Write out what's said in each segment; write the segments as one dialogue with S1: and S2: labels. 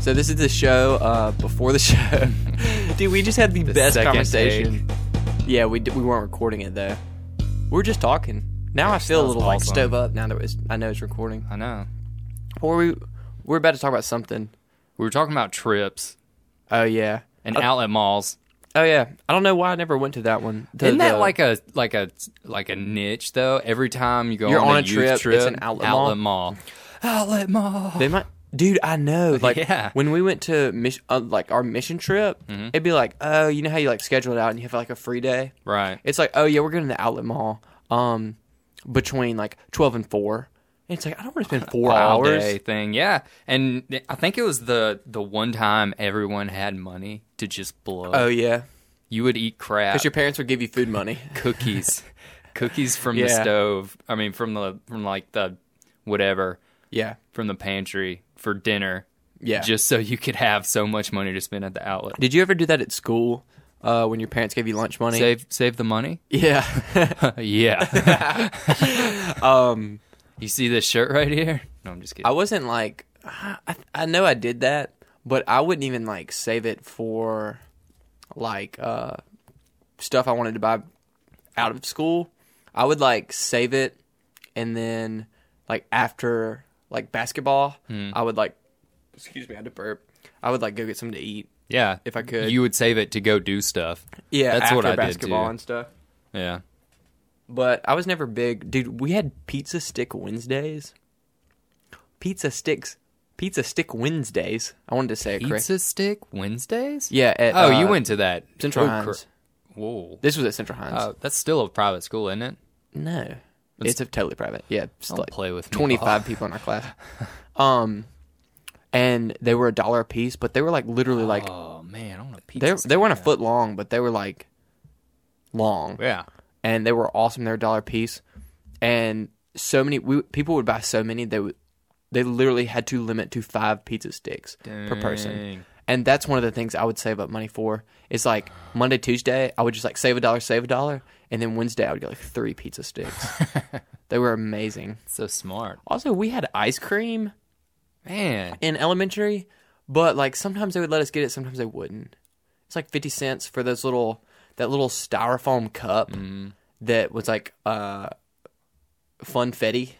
S1: So this is the show uh, before the show.
S2: Dude, we just had the, best
S3: second
S2: conversation.
S1: yeah, we d- we weren't recording it though. We are just talking. Now I feel a
S3: sounds
S1: little like
S3: awesome.
S1: stove up. Now that it's, I know it's recording.
S3: I know.
S1: What were we we're about to talk about something.
S3: We were talking about trips
S1: Oh yeah.
S3: and
S1: Uh,
S3: outlet malls.
S1: Oh yeah. I don't know why I never went to that one. To
S3: Isn't that
S1: the-
S3: like a like a like a niche though? Every time you go
S1: You're on a
S3: youth
S1: trip, it's
S3: trip,
S1: an outlet
S3: mall. Outlet mall.
S1: They might, dude. I know. Like
S3: Yeah.
S1: when we went to mis- uh, like our mission trip, it'd be like, oh, you know how you like schedule it out and you have like a free day.
S3: Right.
S1: It's like, oh yeah, we're going to the outlet mall, um, between like twelve and four. And it's like I don't want to spend four
S3: All
S1: hours.
S3: day thing. Yeah. And th- I think it was the the one time everyone had money to just blow.
S1: Oh yeah,
S3: you would eat crap,
S1: because your parents would give you food money.
S3: cookies, cookies from the
S1: Yeah.
S3: stove. I mean, from the from like the whatever
S1: yeah,
S3: from the pantry for dinner.
S1: yeah.
S3: Just so you could have so much money to spend at the outlet.
S1: Did you ever do that at school? Uh, when your parents gave you lunch money?
S3: Save save the money.
S1: Yeah.
S3: yeah.
S1: um,
S3: you see this shirt right here? No, I'm just kidding.
S1: I wasn't like, I, I know I did that, but I wouldn't even like save it for like uh, stuff I wanted to buy out of school. I would like save it and then like after like basketball,
S3: Hmm.
S1: I would like, excuse me, I had to burp. I would like go get something to eat.
S3: yeah.
S1: if I could.
S3: You would save it to go do stuff.
S1: Yeah,
S3: That's what
S1: after
S3: I did,
S1: basketball
S3: too.
S1: and stuff.
S3: Yeah.
S1: But I was never big, dude. We had pizza stick Wednesdays. Pizza sticks, pizza stick Wednesdays. I wanted to say it correctly.
S3: Pizza stick Wednesdays?
S1: Yeah. At,
S3: Oh, you
S1: uh,
S3: went to that
S1: Central
S3: oh, cr-
S1: Hines.
S3: Whoa.
S1: This was at Central Hines.
S3: Uh, that's still a private school, isn't it?
S1: no, it's, a totally private. Yeah, it's
S3: Don't
S1: like
S3: play with me,
S1: twenty-five people in our class. Um, and they were a dollar a piece, but they were like literally like
S3: Oh man, I want a pizza.
S1: they they
S3: stick.
S1: weren't a foot long, but they were like long,
S3: Yeah.
S1: and they were awesome. They were a dollar a piece, and so many we, people would buy so many they would they literally had to limit to five pizza sticks per person.
S3: Dang.
S1: And that's one of the things I would save up money for. Is like Monday, Tuesday, I would just like save a dollar, save a dollar, and then Wednesday I would get like three pizza sticks. they were amazing.
S3: So smart.
S1: Also, we had ice cream
S3: Man.
S1: in elementary, but like sometimes they would let us get it, sometimes they wouldn't. It's like fifty cents for those little that little styrofoam cup that was like uh funfetti.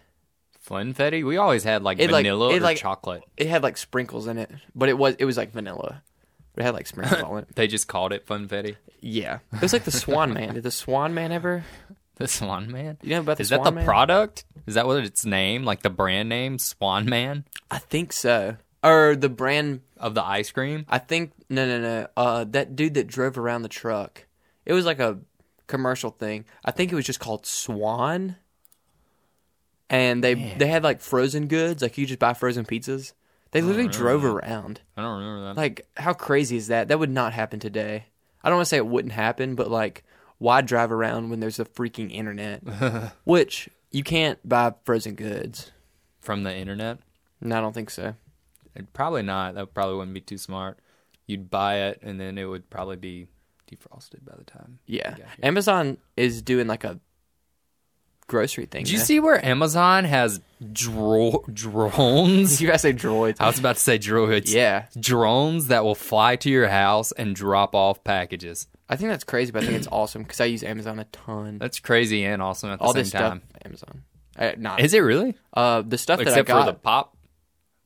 S3: Funfetti? We always had like
S1: It, like-
S3: vanilla
S1: it,
S3: or
S1: like-
S3: chocolate.
S1: It had like sprinkles in it, but it was it was like vanilla. It had like sprinkles on it.
S3: They just called it Funfetti.
S1: Yeah, it was like the Swan Man. Did the Swan Man ever?
S3: The Swan Man?
S1: You know about the
S3: Is that
S1: Swan
S3: the
S1: Man?
S3: product? Is that what its name? Like the brand name? Swan Man?
S1: I think so. Or the brand?
S3: Of the ice cream?
S1: I think no, no, no. Uh, that dude that drove around the truck. It was like a commercial thing. I think it was just called Swan. And they they had like frozen goods. Like you just buy frozen pizzas. They
S3: Oh,
S1: literally drove around.
S3: I don't remember that.
S1: Like how crazy is that? That would not happen today. I don't want to say it wouldn't happen, but like why drive around when there's a freaking internet, which you can't buy frozen goods.
S3: From the internet?
S1: No, I don't think so.
S3: Probably not. That probably wouldn't be too smart. You'd buy it, and then it would probably be defrosted by the time.
S1: Yeah.
S3: Yeah.
S1: Amazon is doing like a grocery thing.
S3: Did you
S1: though.
S3: see where Amazon has dro- drones?
S1: You guys say droids.
S3: I was about to say droids.
S1: yeah.
S3: Drones that will fly to your house and drop off packages.
S1: I think that's crazy, but I think it's awesome because I use Amazon a ton.
S3: That's crazy and awesome at the
S1: All
S3: same
S1: this
S3: time.
S1: stuff, Amazon. Uh, not
S3: Is it really?
S1: uh, the stuff that I
S3: Except
S1: got.
S3: for the pop.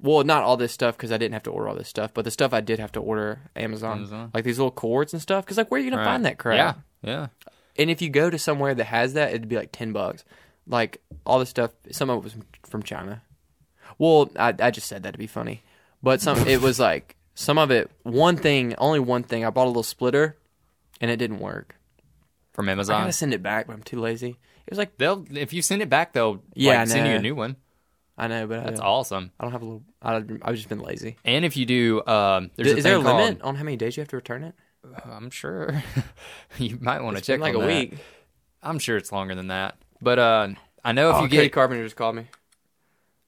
S1: well, not all this stuff because I didn't have to order all this stuff, but the stuff I did have to order Amazon,
S3: Amazon.
S1: like these little cords and stuff. Because like, where are you gonna find
S3: Right.
S1: that crap?
S3: Yeah. Yeah.
S1: And if you go to somewhere that has that, it'd be like ten bucks. Like all this stuff, some of it was from China. Well, I, I just said that to be funny, but some it was like some of it. One thing, only one thing. I bought a little splitter, and it didn't work.
S3: From
S1: I
S3: Amazon.
S1: gotta send it back, but I'm too lazy. It was like
S3: They'll if you send it back, they'll
S1: Yeah, I
S3: like, send you
S1: know.
S3: a new one.
S1: I know, but I
S3: That's
S1: don't,
S3: awesome.
S1: I don't have a little. I, I've just been lazy.
S3: And if you do, um, there's
S1: Is,
S3: a
S1: there a
S3: thing called-
S1: limit on how many days you have to return it?
S3: I'm sure you might want to
S1: It's been
S3: check
S1: like
S3: on
S1: a
S3: that.
S1: week.
S3: I'm sure it's longer than that. But uh, I know if
S1: Oh,
S3: you
S1: Cody
S3: get
S1: Carpenter just called me.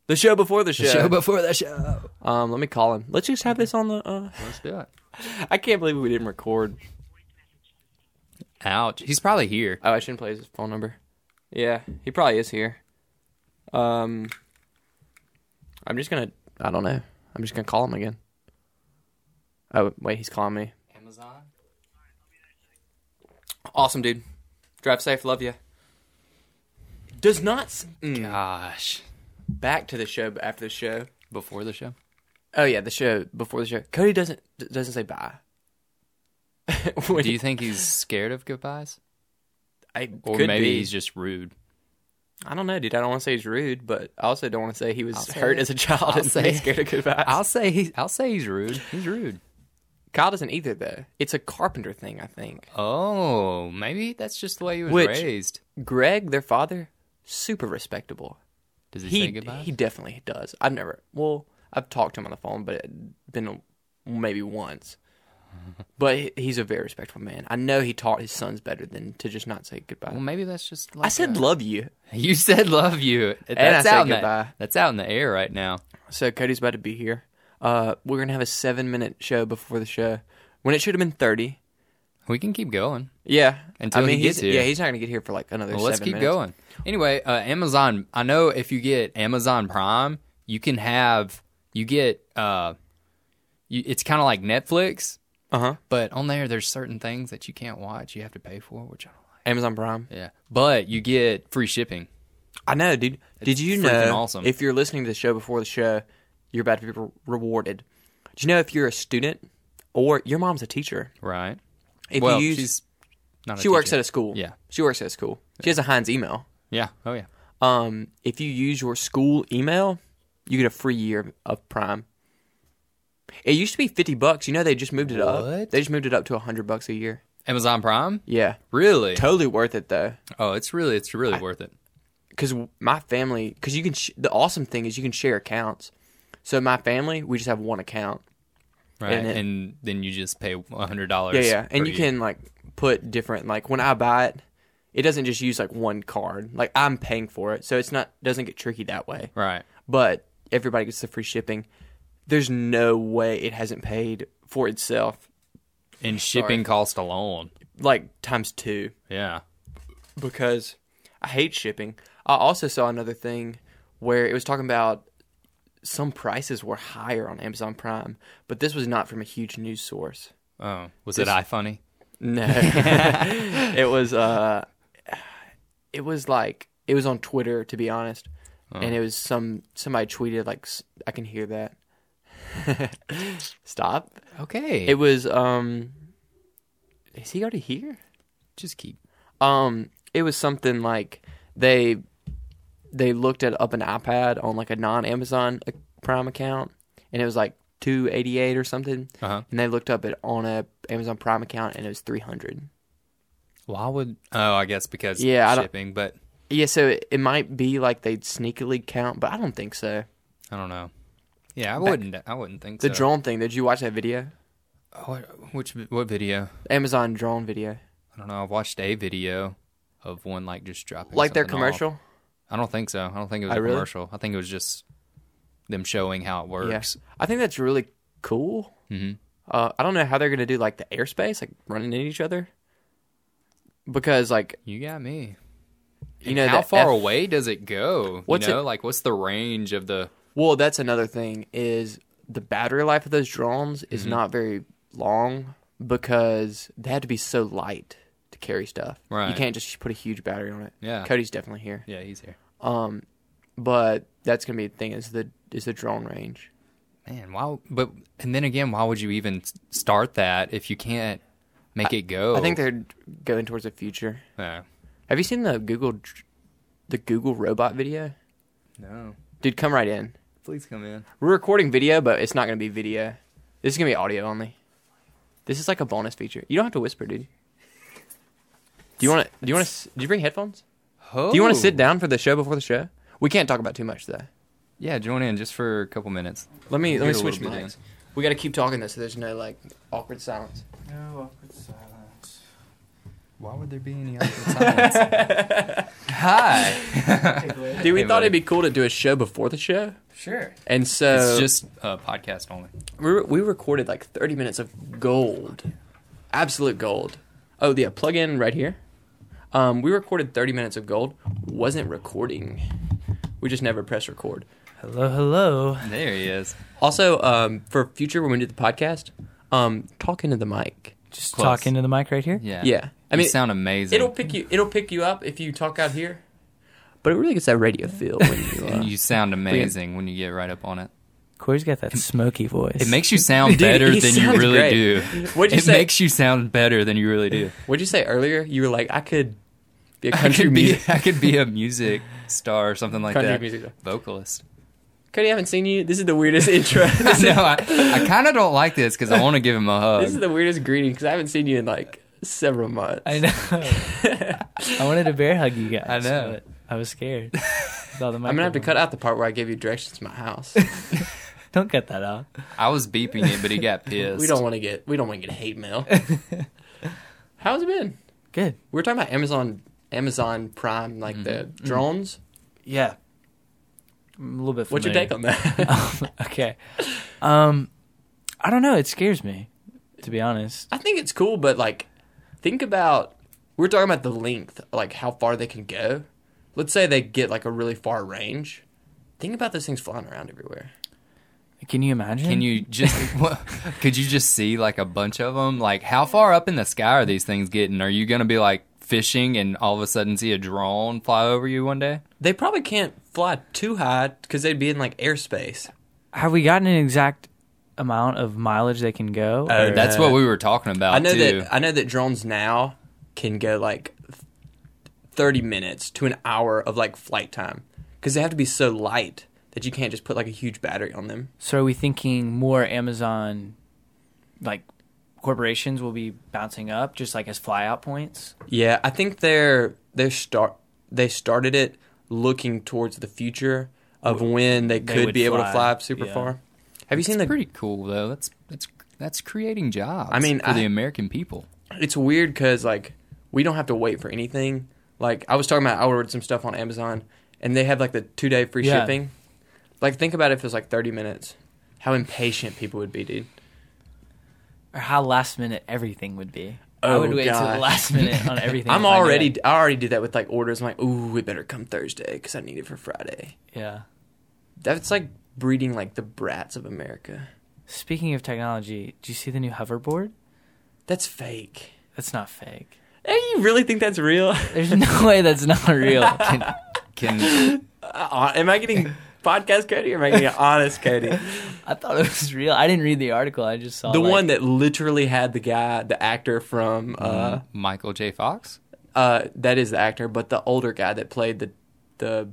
S1: The show before the show.
S3: before the show,
S1: um, let me call him. Let's just have this on the. Uh,
S3: let's do it.
S1: I can't believe we didn't record.
S3: Ouch! He's probably here.
S1: Oh, I shouldn't play his phone number. Yeah, he probably is here. Um, I'm just gonna. I don't know. I'm just gonna call him again. Oh wait, he's calling me.
S3: Amazon.
S1: Awesome, dude. Drive safe. Love you. Does not. s- Mm.
S3: Gosh.
S1: Back to the show after the show.
S3: Before the show.
S1: Oh yeah, the show before the show. Cody doesn't d- doesn't say bye. When-
S3: Do you think he's scared of goodbyes?
S1: I,
S3: Or
S1: could
S3: maybe
S1: be.
S3: he's just rude.
S1: I don't know, dude. I don't want to say he's rude, but I also don't want to say he was
S3: I'll say
S1: hurt
S3: it.
S1: as a child
S3: I'll
S1: and
S3: say it.
S1: scared of goodbyes.
S3: I'll say he's I'll say he's rude. He's rude.
S1: Kyle doesn't either, though. It's a carpenter thing, I think.
S3: Oh, maybe that's just the way he was
S1: Which-
S3: raised.
S1: Greg, their father, super respectable.
S3: Does he,
S1: He
S3: say goodbye?
S1: he definitely does. I've never well, I've talked to him on the phone, but it been a- maybe once. But he- he's a very respectful man. I know he taught his sons better than to just not say goodbye.
S3: well, maybe that's just. Like
S1: I said
S3: a-
S1: love you.
S3: you said love you. That's
S1: I said
S3: out in the-
S1: goodbye.
S3: that's out in the air right now.
S1: So Cody's about to be here. Uh, we're gonna have a seven minute show before the show, when it should have been thirty.
S3: We can keep going.
S1: Yeah,
S3: Until
S1: I mean,
S3: he gets
S1: he's,
S3: here.
S1: Yeah, he's not gonna get here for like another.
S3: Well, let's
S1: seven
S3: keep
S1: minutes.
S3: going. Anyway, uh, Amazon. I know if you get Amazon Prime, you can have you get. Uh, you, it's kind of like Netflix,
S1: Uh huh.
S3: but on there, there's certain things that you can't watch. You have to pay for, which I don't like.
S1: Amazon Prime.
S3: Yeah, but you get free shipping.
S1: I know, dude. Did you
S3: freaking
S1: know?
S3: awesome.
S1: If you're listening to the show before the show, you're about to be re- rewarded. Do you know if you're a student or your mom's a teacher?
S3: Right.
S1: If
S3: well,
S1: you use,
S3: she's not. A
S1: she works
S3: teacher.
S1: at a school.
S3: Yeah.
S1: she works at a school. She has a Heinz email.
S3: Yeah. Oh yeah.
S1: Um, if you use your school email, you get a free year of Prime. It used to be fifty bucks. You know they just moved it
S3: What?
S1: up. They just moved it up to hundred bucks a year.
S3: Amazon Prime.
S1: Yeah,
S3: Really?
S1: totally worth it though.
S3: Oh, it's really it's really worth it.
S1: because my family because you can sh- the awesome thing is you can share accounts so my family we just have one account
S3: Right. And,
S1: it-
S3: then you just pay hundred dollars.
S1: yeah yeah and you can like put different like when i buy it it doesn't just use like one card like i'm paying for it so it's not doesn't get tricky that way
S3: Right.
S1: but everybody gets the free shipping there's no way it hasn't paid for itself
S3: And shipping cost alone.
S1: like times two
S3: Yeah.
S1: because I hate shipping. I also saw another thing where it was talking about some prices were higher on Amazon Prime, but this was not from a huge news source.
S3: Oh, was it iFunny?
S1: No, it was uh, it was like it was on Twitter to be honest, and it was some somebody tweeted like s- I can hear that. Stop.
S3: Okay.
S1: It was um, is he already here?
S3: just keep.
S1: Um, it was something like they they looked at up an iPad on like a non Amazon Prime account, and it was like two eighty eight or something.
S3: Uh-huh.
S1: And they looked up it on a Amazon Prime account, and it was three hundred.
S3: Why would? Oh, I guess because
S1: Yeah, I don't-
S3: shipping. But
S1: Yeah, so it, it might be like they would sneakily count, but I don't think so.
S3: I don't know. Yeah, I wouldn't. I wouldn't think
S1: The
S3: so.
S1: drone thing. Did you watch that video?
S3: What, which what video?
S1: Amazon drone video,
S3: I don't know. I've watched a video of one like just dropping
S1: like their
S3: something off.
S1: commercial.
S3: I don't think so. I don't think it was
S1: Oh,
S3: a
S1: really?
S3: commercial. I think it was just them showing how it works.
S1: Yes, I think that's really cool.
S3: Mhm.
S1: Uh, I don't know how they're gonna do like the airspace, like running into each other, because like
S3: You got me.
S1: you know
S3: how
S1: that
S3: far
S1: F-
S3: away does it go?
S1: What's
S3: you know,
S1: it-
S3: like what's the range of the?
S1: Well, that's another thing is the battery life of those drones is
S3: Mm-hmm.
S1: not very long because they had to be so light to carry stuff.
S3: Right.
S1: You can't just put a huge battery on it.
S3: Yeah.
S1: Cody's definitely here.
S3: Yeah, he's here.
S1: Um, but that's gonna be the thing is the is the drone range.
S3: Man, why? But and then again, why would you even s- start that if you can't make it go?
S1: I think they're going towards the future.
S3: Yeah.
S1: Have you seen the Google dr- the Google robot video?
S3: No.
S1: Dude, come right in.
S3: Please come in.
S1: We're recording video, but it's not gonna be video. This is gonna be audio only. This is like a bonus feature. You don't have to whisper, dude. Do you want to? Do you want to? Do you bring headphones?
S3: Oh.
S1: Do you want to sit down for the show before the show? We can't talk about too much though.
S3: Yeah, join in just for a couple minutes.
S1: Let me let
S3: Hear
S1: me
S3: a
S1: switch
S3: little bit
S1: mics. We got to keep talking though, so there's no like awkward silence.
S4: No awkward silence.
S3: Why would there be any awkward silence? Hi.
S1: Dude, we
S3: Hey,
S1: thought
S3: buddy.
S1: it'd be cool to do a show before the show,
S4: Sure.
S1: and so
S3: It's just uh, podcast only.
S1: we, re- we recorded like 30 minutes of gold, absolute gold. Oh yeah, plug in right here. Um, we recorded 30 minutes of gold. Wasn't recording. We just never press record.
S4: Hello, hello.
S3: There he is.
S1: Also, um, for future when we do the podcast, Um, talk into the mic.
S5: Just
S3: Close.
S5: talk into the mic right here.
S3: Yeah.
S1: Yeah, I
S3: I mean,
S1: mean,
S3: you sound amazing.
S1: it'll pick you. It'll pick you up if you talk out here. But it really gets that radio feel when you. Uh,
S3: and you sound amazing when you get right up on it.
S5: Corey's got that smoky voice.
S3: It makes you sound
S1: Dude,
S3: better
S1: he
S3: than you
S1: sounds
S3: really
S1: great.
S3: do.
S1: What'd you
S3: it
S1: say?
S3: makes you sound better than you really do.
S1: what'd you say earlier? You were like, I could be a
S3: I
S1: country
S3: could be
S1: music.
S3: I could be a music star or something like
S1: Country
S3: that.
S1: music.
S3: Vocalist.
S1: Cody, I haven't seen you. This is the weirdest intro. This,
S3: no,
S1: is,
S3: I, I kind of don't like this because I want to give him a
S1: this is
S3: hug.
S1: the weirdest greeting because I haven't seen you in like several months.
S5: Um, I know. I wanted to bear hug you guys.
S3: I know.
S5: but I was scared. With all the
S1: I'm gonna have to
S5: microphone.
S1: cut out the part where I gave you directions to my house.
S5: Don't cut that out.
S3: I was beeping it, but he got pissed.
S1: we don't want to get we don't want to get hate mail. How's it been?
S5: Good.
S1: We were talking about Amazon Amazon Prime, like
S5: Mm-hmm.
S1: the drones.
S5: Yeah. I'm a little bit.
S1: What's your
S5: familiar.
S1: take on that?
S5: okay. Um, I don't know. It scares me, to be honest.
S1: I think it's cool, but like, think about we're talking about the length, like how far they can go. Let's say they get like a really far range. Think about those things flying around everywhere.
S5: Can you imagine?
S3: Can you just? what, could you just see like a bunch of them? Like, how far up in the sky are these things getting? Are you gonna be like fishing and all of a sudden see a drone fly over you one day?
S1: They probably can't fly too high because they'd be in like airspace.
S5: Have we gotten an exact amount of mileage they can go? or-
S3: That's what we were talking about.
S1: Uh, I know that
S3: too.
S1: uh, I know that drones now can go like thirty minutes to an hour of like flight time because they have to be so light that you can't just put like a huge battery on them.
S5: So are we thinking more Amazon, like corporations will be bouncing up just like as flyout points?
S1: Yeah, I think they're they start they started it looking towards the future of when they could
S5: would
S1: be able to
S5: fly,
S1: fly super
S5: yeah.
S1: far. Have you seen the?
S3: It's pretty cool though. That's that's that's creating jobs.
S1: I mean,
S3: for the
S1: I-
S3: American people.
S1: it's weird because like we don't have to wait for anything. Like I was talking about, I ordered some stuff on Amazon, and they have like the two day free
S5: Yeah.
S1: shipping. Like think about if it was like thirty minutes, how impatient people would be, dude.
S5: Or how last minute everything would be? I
S1: Oh,
S5: would wait till the
S1: gosh.
S5: last minute on everything.
S1: I'm
S5: if I knew
S1: already
S5: that.
S1: I already do that with like orders. I'm like, ooh, it better come Thursday because I need it for Friday.
S5: Yeah.
S1: That's like breeding like the brats of America.
S5: Speaking of technology, do you see the new hoverboard?
S1: That's fake.
S5: That's not fake.
S1: Hey, you really think that's real?
S5: There's no way that's not real. Can-
S3: Can
S1: Uh, am I getting podcast Cody or am I getting honest Cody?
S5: I thought it was real. I didn't read the article. I just saw
S1: The
S5: like-
S1: one that literally had the guy, the actor from uh,
S3: Michael J. Fox,
S1: uh, that is the actor, but the older guy that played the the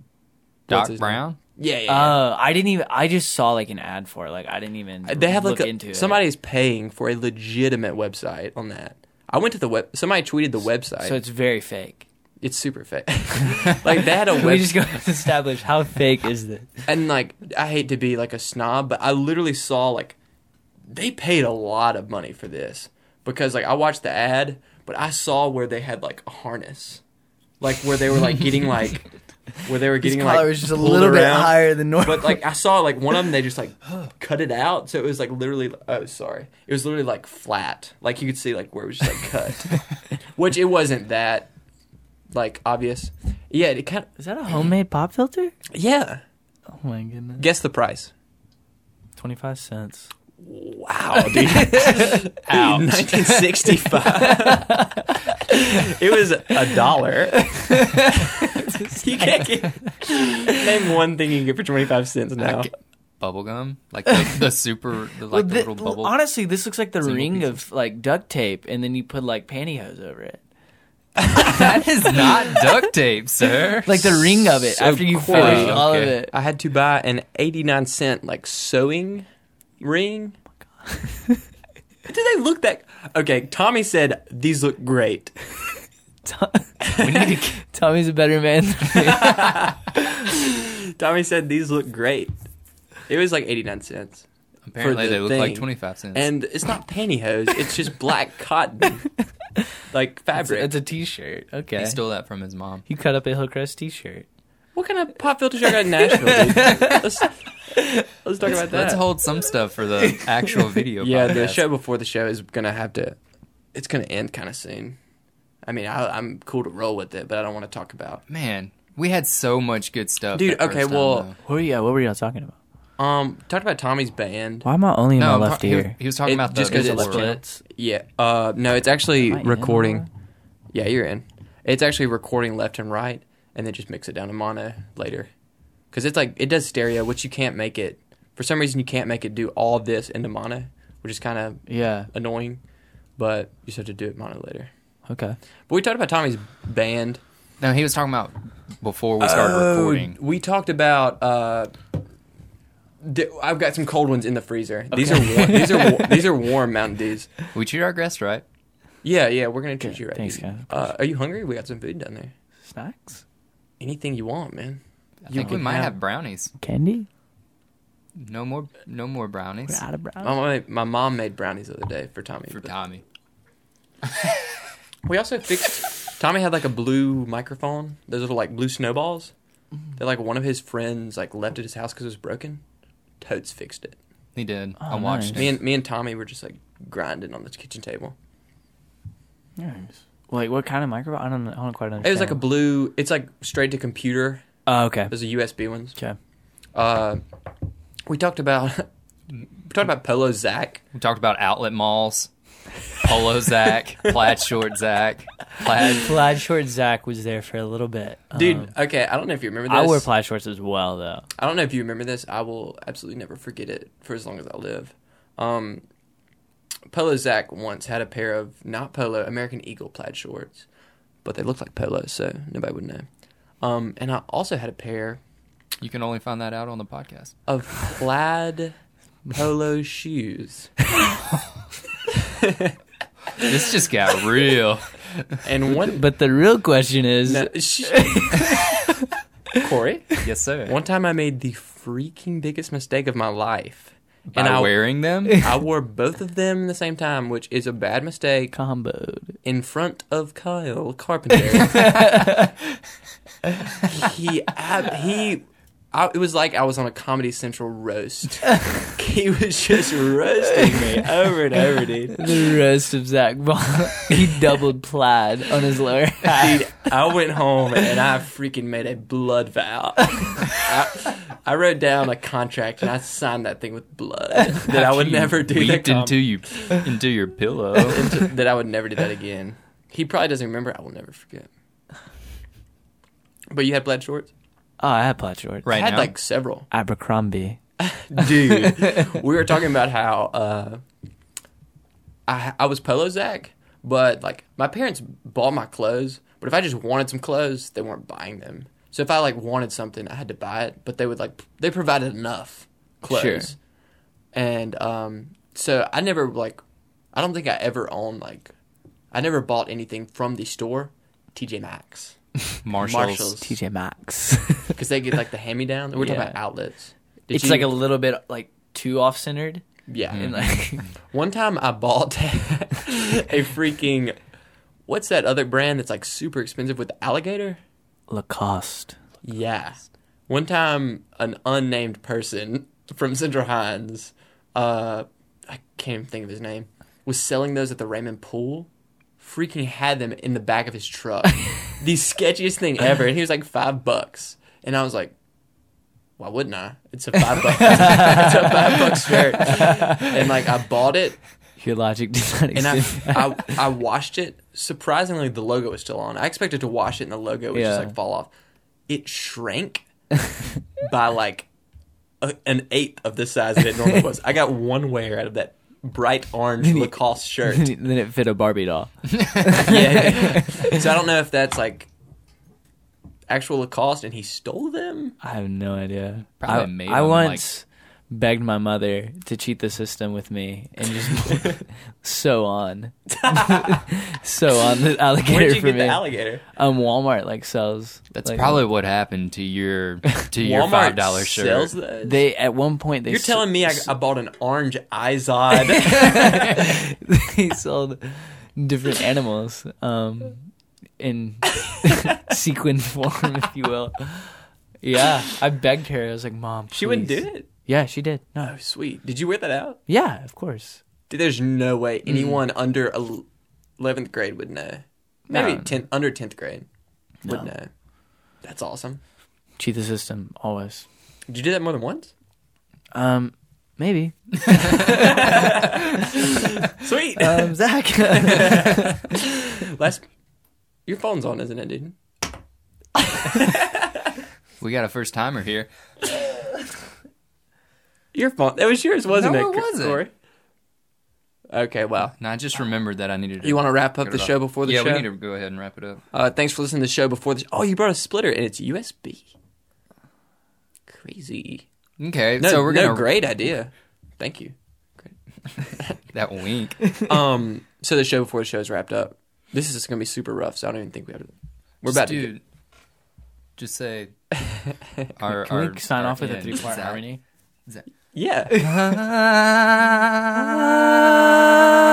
S1: what's
S3: Doc
S1: his
S3: Brown?
S1: Name? Yeah, yeah.
S5: Oh,
S1: yeah.
S5: I didn't even. I just saw like an ad for it. Like I didn't even.
S1: they have like
S5: look
S1: a,
S5: into it.
S1: somebody's paying for a legitimate website on that. I went to the web. Somebody tweeted the website.
S5: So it's very fake.
S1: it's super fake. like they had a
S5: we
S1: website.
S5: just going to establish how fake is this?
S1: and like I hate to be like a snob, but I literally saw like they paid a lot of money for this because like I watched the ad, but I saw where they had like a harness, like where they were like getting like where they were getting like pulled around.
S5: than normal.
S1: But like I saw like one of them, they just like cut it out, so it was like literally. Oh, sorry, it was literally like flat. Like you could see like where it was just like cut, which it wasn't that like obvious. Yeah, it kind of
S5: is that a homemade pop filter?
S1: yeah.
S5: Oh my goodness,
S1: Guess the price.
S5: twenty five cents.
S1: Wow, dude. 1965. it was a dollar. you can't get. Name one thing you can get for 25 cents now.
S3: bubblegum, like the, the super, the, like the little bubble.
S5: honestly, this looks like the
S3: Single
S5: ring of like duct tape, and then you put like pantyhose over it,
S3: that is not duct tape, sir.
S5: like the ring of it
S1: So
S5: after you
S1: cool.
S5: finish all of
S3: Okay.
S5: it.
S1: I had to buy an 89 cent, like, sewing ring.
S5: Oh
S1: Did they look that. Okay, Tommy said these look great.
S5: we need to. Tommy's a better man. Than me.
S1: Tommy said these look great. It was like 89 cents.
S3: Apparently,
S1: for the
S3: they look like
S1: thing.
S3: twenty five cents.
S1: And it's not pantyhose, it's just black cotton. Like
S5: it's,
S1: fabric.
S5: it's a T-shirt. Okay,
S3: he stole that from his mom.
S5: you cut up a Hillcrest T-shirt.
S1: What kind of pop filter y'all got in Nashville, dude? Let's, let's talk about that.
S3: Let's hold some stuff for the actual video.
S1: yeah, the
S3: podcast.
S1: show before the show is gonna have to. It's gonna end kind of soon. I mean, I, I'm cool to roll with it, but I don't want to talk about.
S3: Man, we had so much good stuff,
S1: Dude,
S3: that
S1: okay,
S3: first time,
S1: well,
S3: though.
S5: What were you? What were y'all talking about?
S1: Um, talked about Tommy's band.
S5: Why am I only in
S3: No,
S5: my
S3: I'm
S5: left
S3: ta- he,
S5: ear?
S3: he was talking
S1: It-
S3: about
S1: just
S3: the
S1: 'cause it's
S3: Laurel.
S1: split. Yeah. Uh, no, it's actually
S5: Am I in
S1: recording.
S5: over?
S1: Yeah, you're in. It's actually recording left and right, and then just mix it down to mono later, because it's like it does stereo, which you can't make it. For some reason, you can't make it do all this into mono, which is kind of
S5: Yeah.
S1: annoying. But you just have to do it mono later.
S5: Okay.
S1: But we talked about Tommy's band.
S3: No, he was talking about before we started recording.
S1: Oh, We talked about. Uh, di- I've got some cold ones in the freezer. These are warm, these are wa- these are warm Mountain Dews.
S3: We treat our guests right.
S1: Yeah, yeah, we're gonna treat
S5: Good.
S1: you right.
S5: Thanks,
S1: dude.
S5: guys.
S1: Uh, are you hungry? We got some food down there.
S5: Snacks?
S1: Anything you want, man.
S3: I
S1: You
S3: think we
S1: can
S3: might
S1: have-
S3: have, brownies.
S5: Candy?
S3: No more, no more brownies
S5: of brown.
S1: My, mom- my mom made brownies the other day for Tommy.
S3: for
S1: but-
S3: Tommy.
S1: We also fixed. Tommy had like a blue microphone. Those little like blue snowballs.
S3: Mm-hmm.
S1: That like one of his friends like left at his house because it was broken. Totes fixed it.
S3: He did. I
S5: Oh,
S3: watched
S5: nice.
S1: Me
S3: it.
S1: and me and Tommy were just like grinding on the kitchen table.
S5: Nice. Wait, what kind of microphone? I don't, I don't quite understand.
S1: It was like a blue. It's like straight to computer.
S5: Oh, okay.
S1: Those are USB ones.
S5: Okay.
S1: Uh, we talked about we talked about Polo Zach.
S3: We talked about outlet malls, polo Zach, plaid short Zach, plaid.
S5: Plaid short Zach was there for a little bit.
S1: Dude,
S5: Um,
S1: okay, I don't know if you remember this.
S5: I wear plaid shorts as well, though.
S1: I don't know if you remember this. I will absolutely never forget it for as long as I live. Um, Polo Zach once had a pair of not polo American Eagle plaid shorts, but they looked like polos, so nobody would know. Um, and I also had a pair
S3: You can only find that out on the podcast.
S1: of plaid polo shoes
S3: This just got real.
S1: and one.
S5: But the real question is,
S1: No, sh- Corey,
S3: Yes, sir.
S1: one time I made the freaking biggest mistake of my life,
S3: By
S1: and I
S3: wearing them,
S1: I wore both of them the same time, which is a bad mistake.
S5: comboed.
S1: in front of Kyle Carpenter. he ab- he. I, it was like I was on a Comedy Central roast. he was just roasting me over and over, dude.
S5: The roast of Zach Ball. he doubled plaid on his lower half.
S1: Dude, I went home and I freaking made a blood vow. I, I wrote down a contract and I signed that thing with blood that I would
S3: You
S1: never do that.
S3: Leaped
S1: com-
S3: into you, into your pillow.
S1: into- that I would never do that again. He probably doesn't remember. I will never forget. But you had plaid shorts.
S5: Oh, I had plaid shorts.
S3: Right
S1: I had
S3: now,
S1: like several.
S5: Abercrombie.
S1: dude. we were talking about how uh, I I was Polo Zach, but like my parents bought my clothes. But if I just wanted some clothes, they weren't buying them. So if I like wanted something, I had to buy it. But they would like they provided enough clothes,
S5: Sure.
S1: and um, so I never like I don't think I ever owned like I never bought anything from the store. TJ Maxx,
S3: Marshalls.
S5: TJ Maxx.
S1: because they get like the hand me down. We're talking
S5: Yeah.
S1: about outlets. Did
S5: it's
S1: you-
S5: like a little bit like too off centered.
S1: yeah.
S5: And like
S1: One time I bought a freaking what's that other brand that's like super expensive with alligator?
S5: Lacoste.
S1: Yeah. One time an unnamed person from Central Hines, uh I can't even think of his name, was selling those at the Raymond Pool. Freaking had them in the back of his truck. the sketchiest thing ever. And he was like five bucks. And I was like, why wouldn't I? It's a five bucks. it's a five buck shirt. And like I bought it
S5: Your logic does not
S1: and I,
S5: exist.
S1: I I washed it. Surprisingly, the logo was still on. I expected to wash it and the logo would just
S5: Yeah.
S1: like fall off. It shrank by like a, an eighth of the size that it normally was. I got one wear out of that bright orange Lacoste shirt.
S5: then it fit a Barbie doll.
S1: yeah. So I don't know if that's like actual Lacoste and he stole them.
S5: I have no idea.
S3: Probably
S5: I,
S3: made
S5: I
S3: them, like-
S5: once begged my mother to cheat the system with me and just so on, so on the alligator
S1: Where'd you
S5: for
S1: get
S5: me.
S1: the alligator?
S5: um, Walmart like sells.
S3: That's
S5: like,
S3: probably what happened to your to your
S1: Walmart
S3: five dollar shirt.
S1: sells those.
S5: they at one point they.
S1: You're
S5: s-
S1: telling me I, I bought an orange Izod.
S5: they sold different animals um, in sequin form, if you will. Yeah, I begged her. I was like, "Mom,
S1: she wouldn't
S5: please."
S1: do it.
S5: Yeah, she did. No,
S1: Oh, sweet. Did you wear that out?
S5: yeah, of course.
S1: Dude, there's no way
S3: Mm.
S1: anyone under under eleventh grade would know. Maybe
S5: No.
S1: 10th under tenth grade would
S5: No.
S1: know. That's awesome.
S5: Cheat the system always.
S1: Did you do that more than once?
S5: Um, maybe.
S1: Sweet.
S3: Uh,
S5: Um, Zach.
S1: Last, your phone's on, isn't it, dude?
S3: We got a first timer here.
S1: Your phone. That was yours, wasn't
S3: No,
S1: it?
S3: it wasn't.
S1: Corey? Okay. Well,
S3: And I just remembered that I needed to.
S1: you want to wrap up
S3: cut
S1: the
S3: it off.
S1: show before the
S3: yeah,
S1: show?
S3: we need to go ahead and wrap it up.
S1: Uh, thanks for listening to the show before the. Oh, you brought a splitter and it's USB. Crazy.
S3: Okay,
S1: No,
S3: so we're
S1: no,
S3: gonna
S1: great idea. Thank you.
S3: that wink.
S1: Um, so the show before the show is wrapped up. This is just gonna be super rough, so I don't even think we have to. We're
S3: Just
S1: about
S3: do-
S1: to. Get,
S3: Just say. our,
S5: Can
S3: our,
S5: we sign
S3: our
S5: off with a
S3: end.
S5: three part
S3: Zach.
S5: harmony?
S1: yeah.
S3: Ah.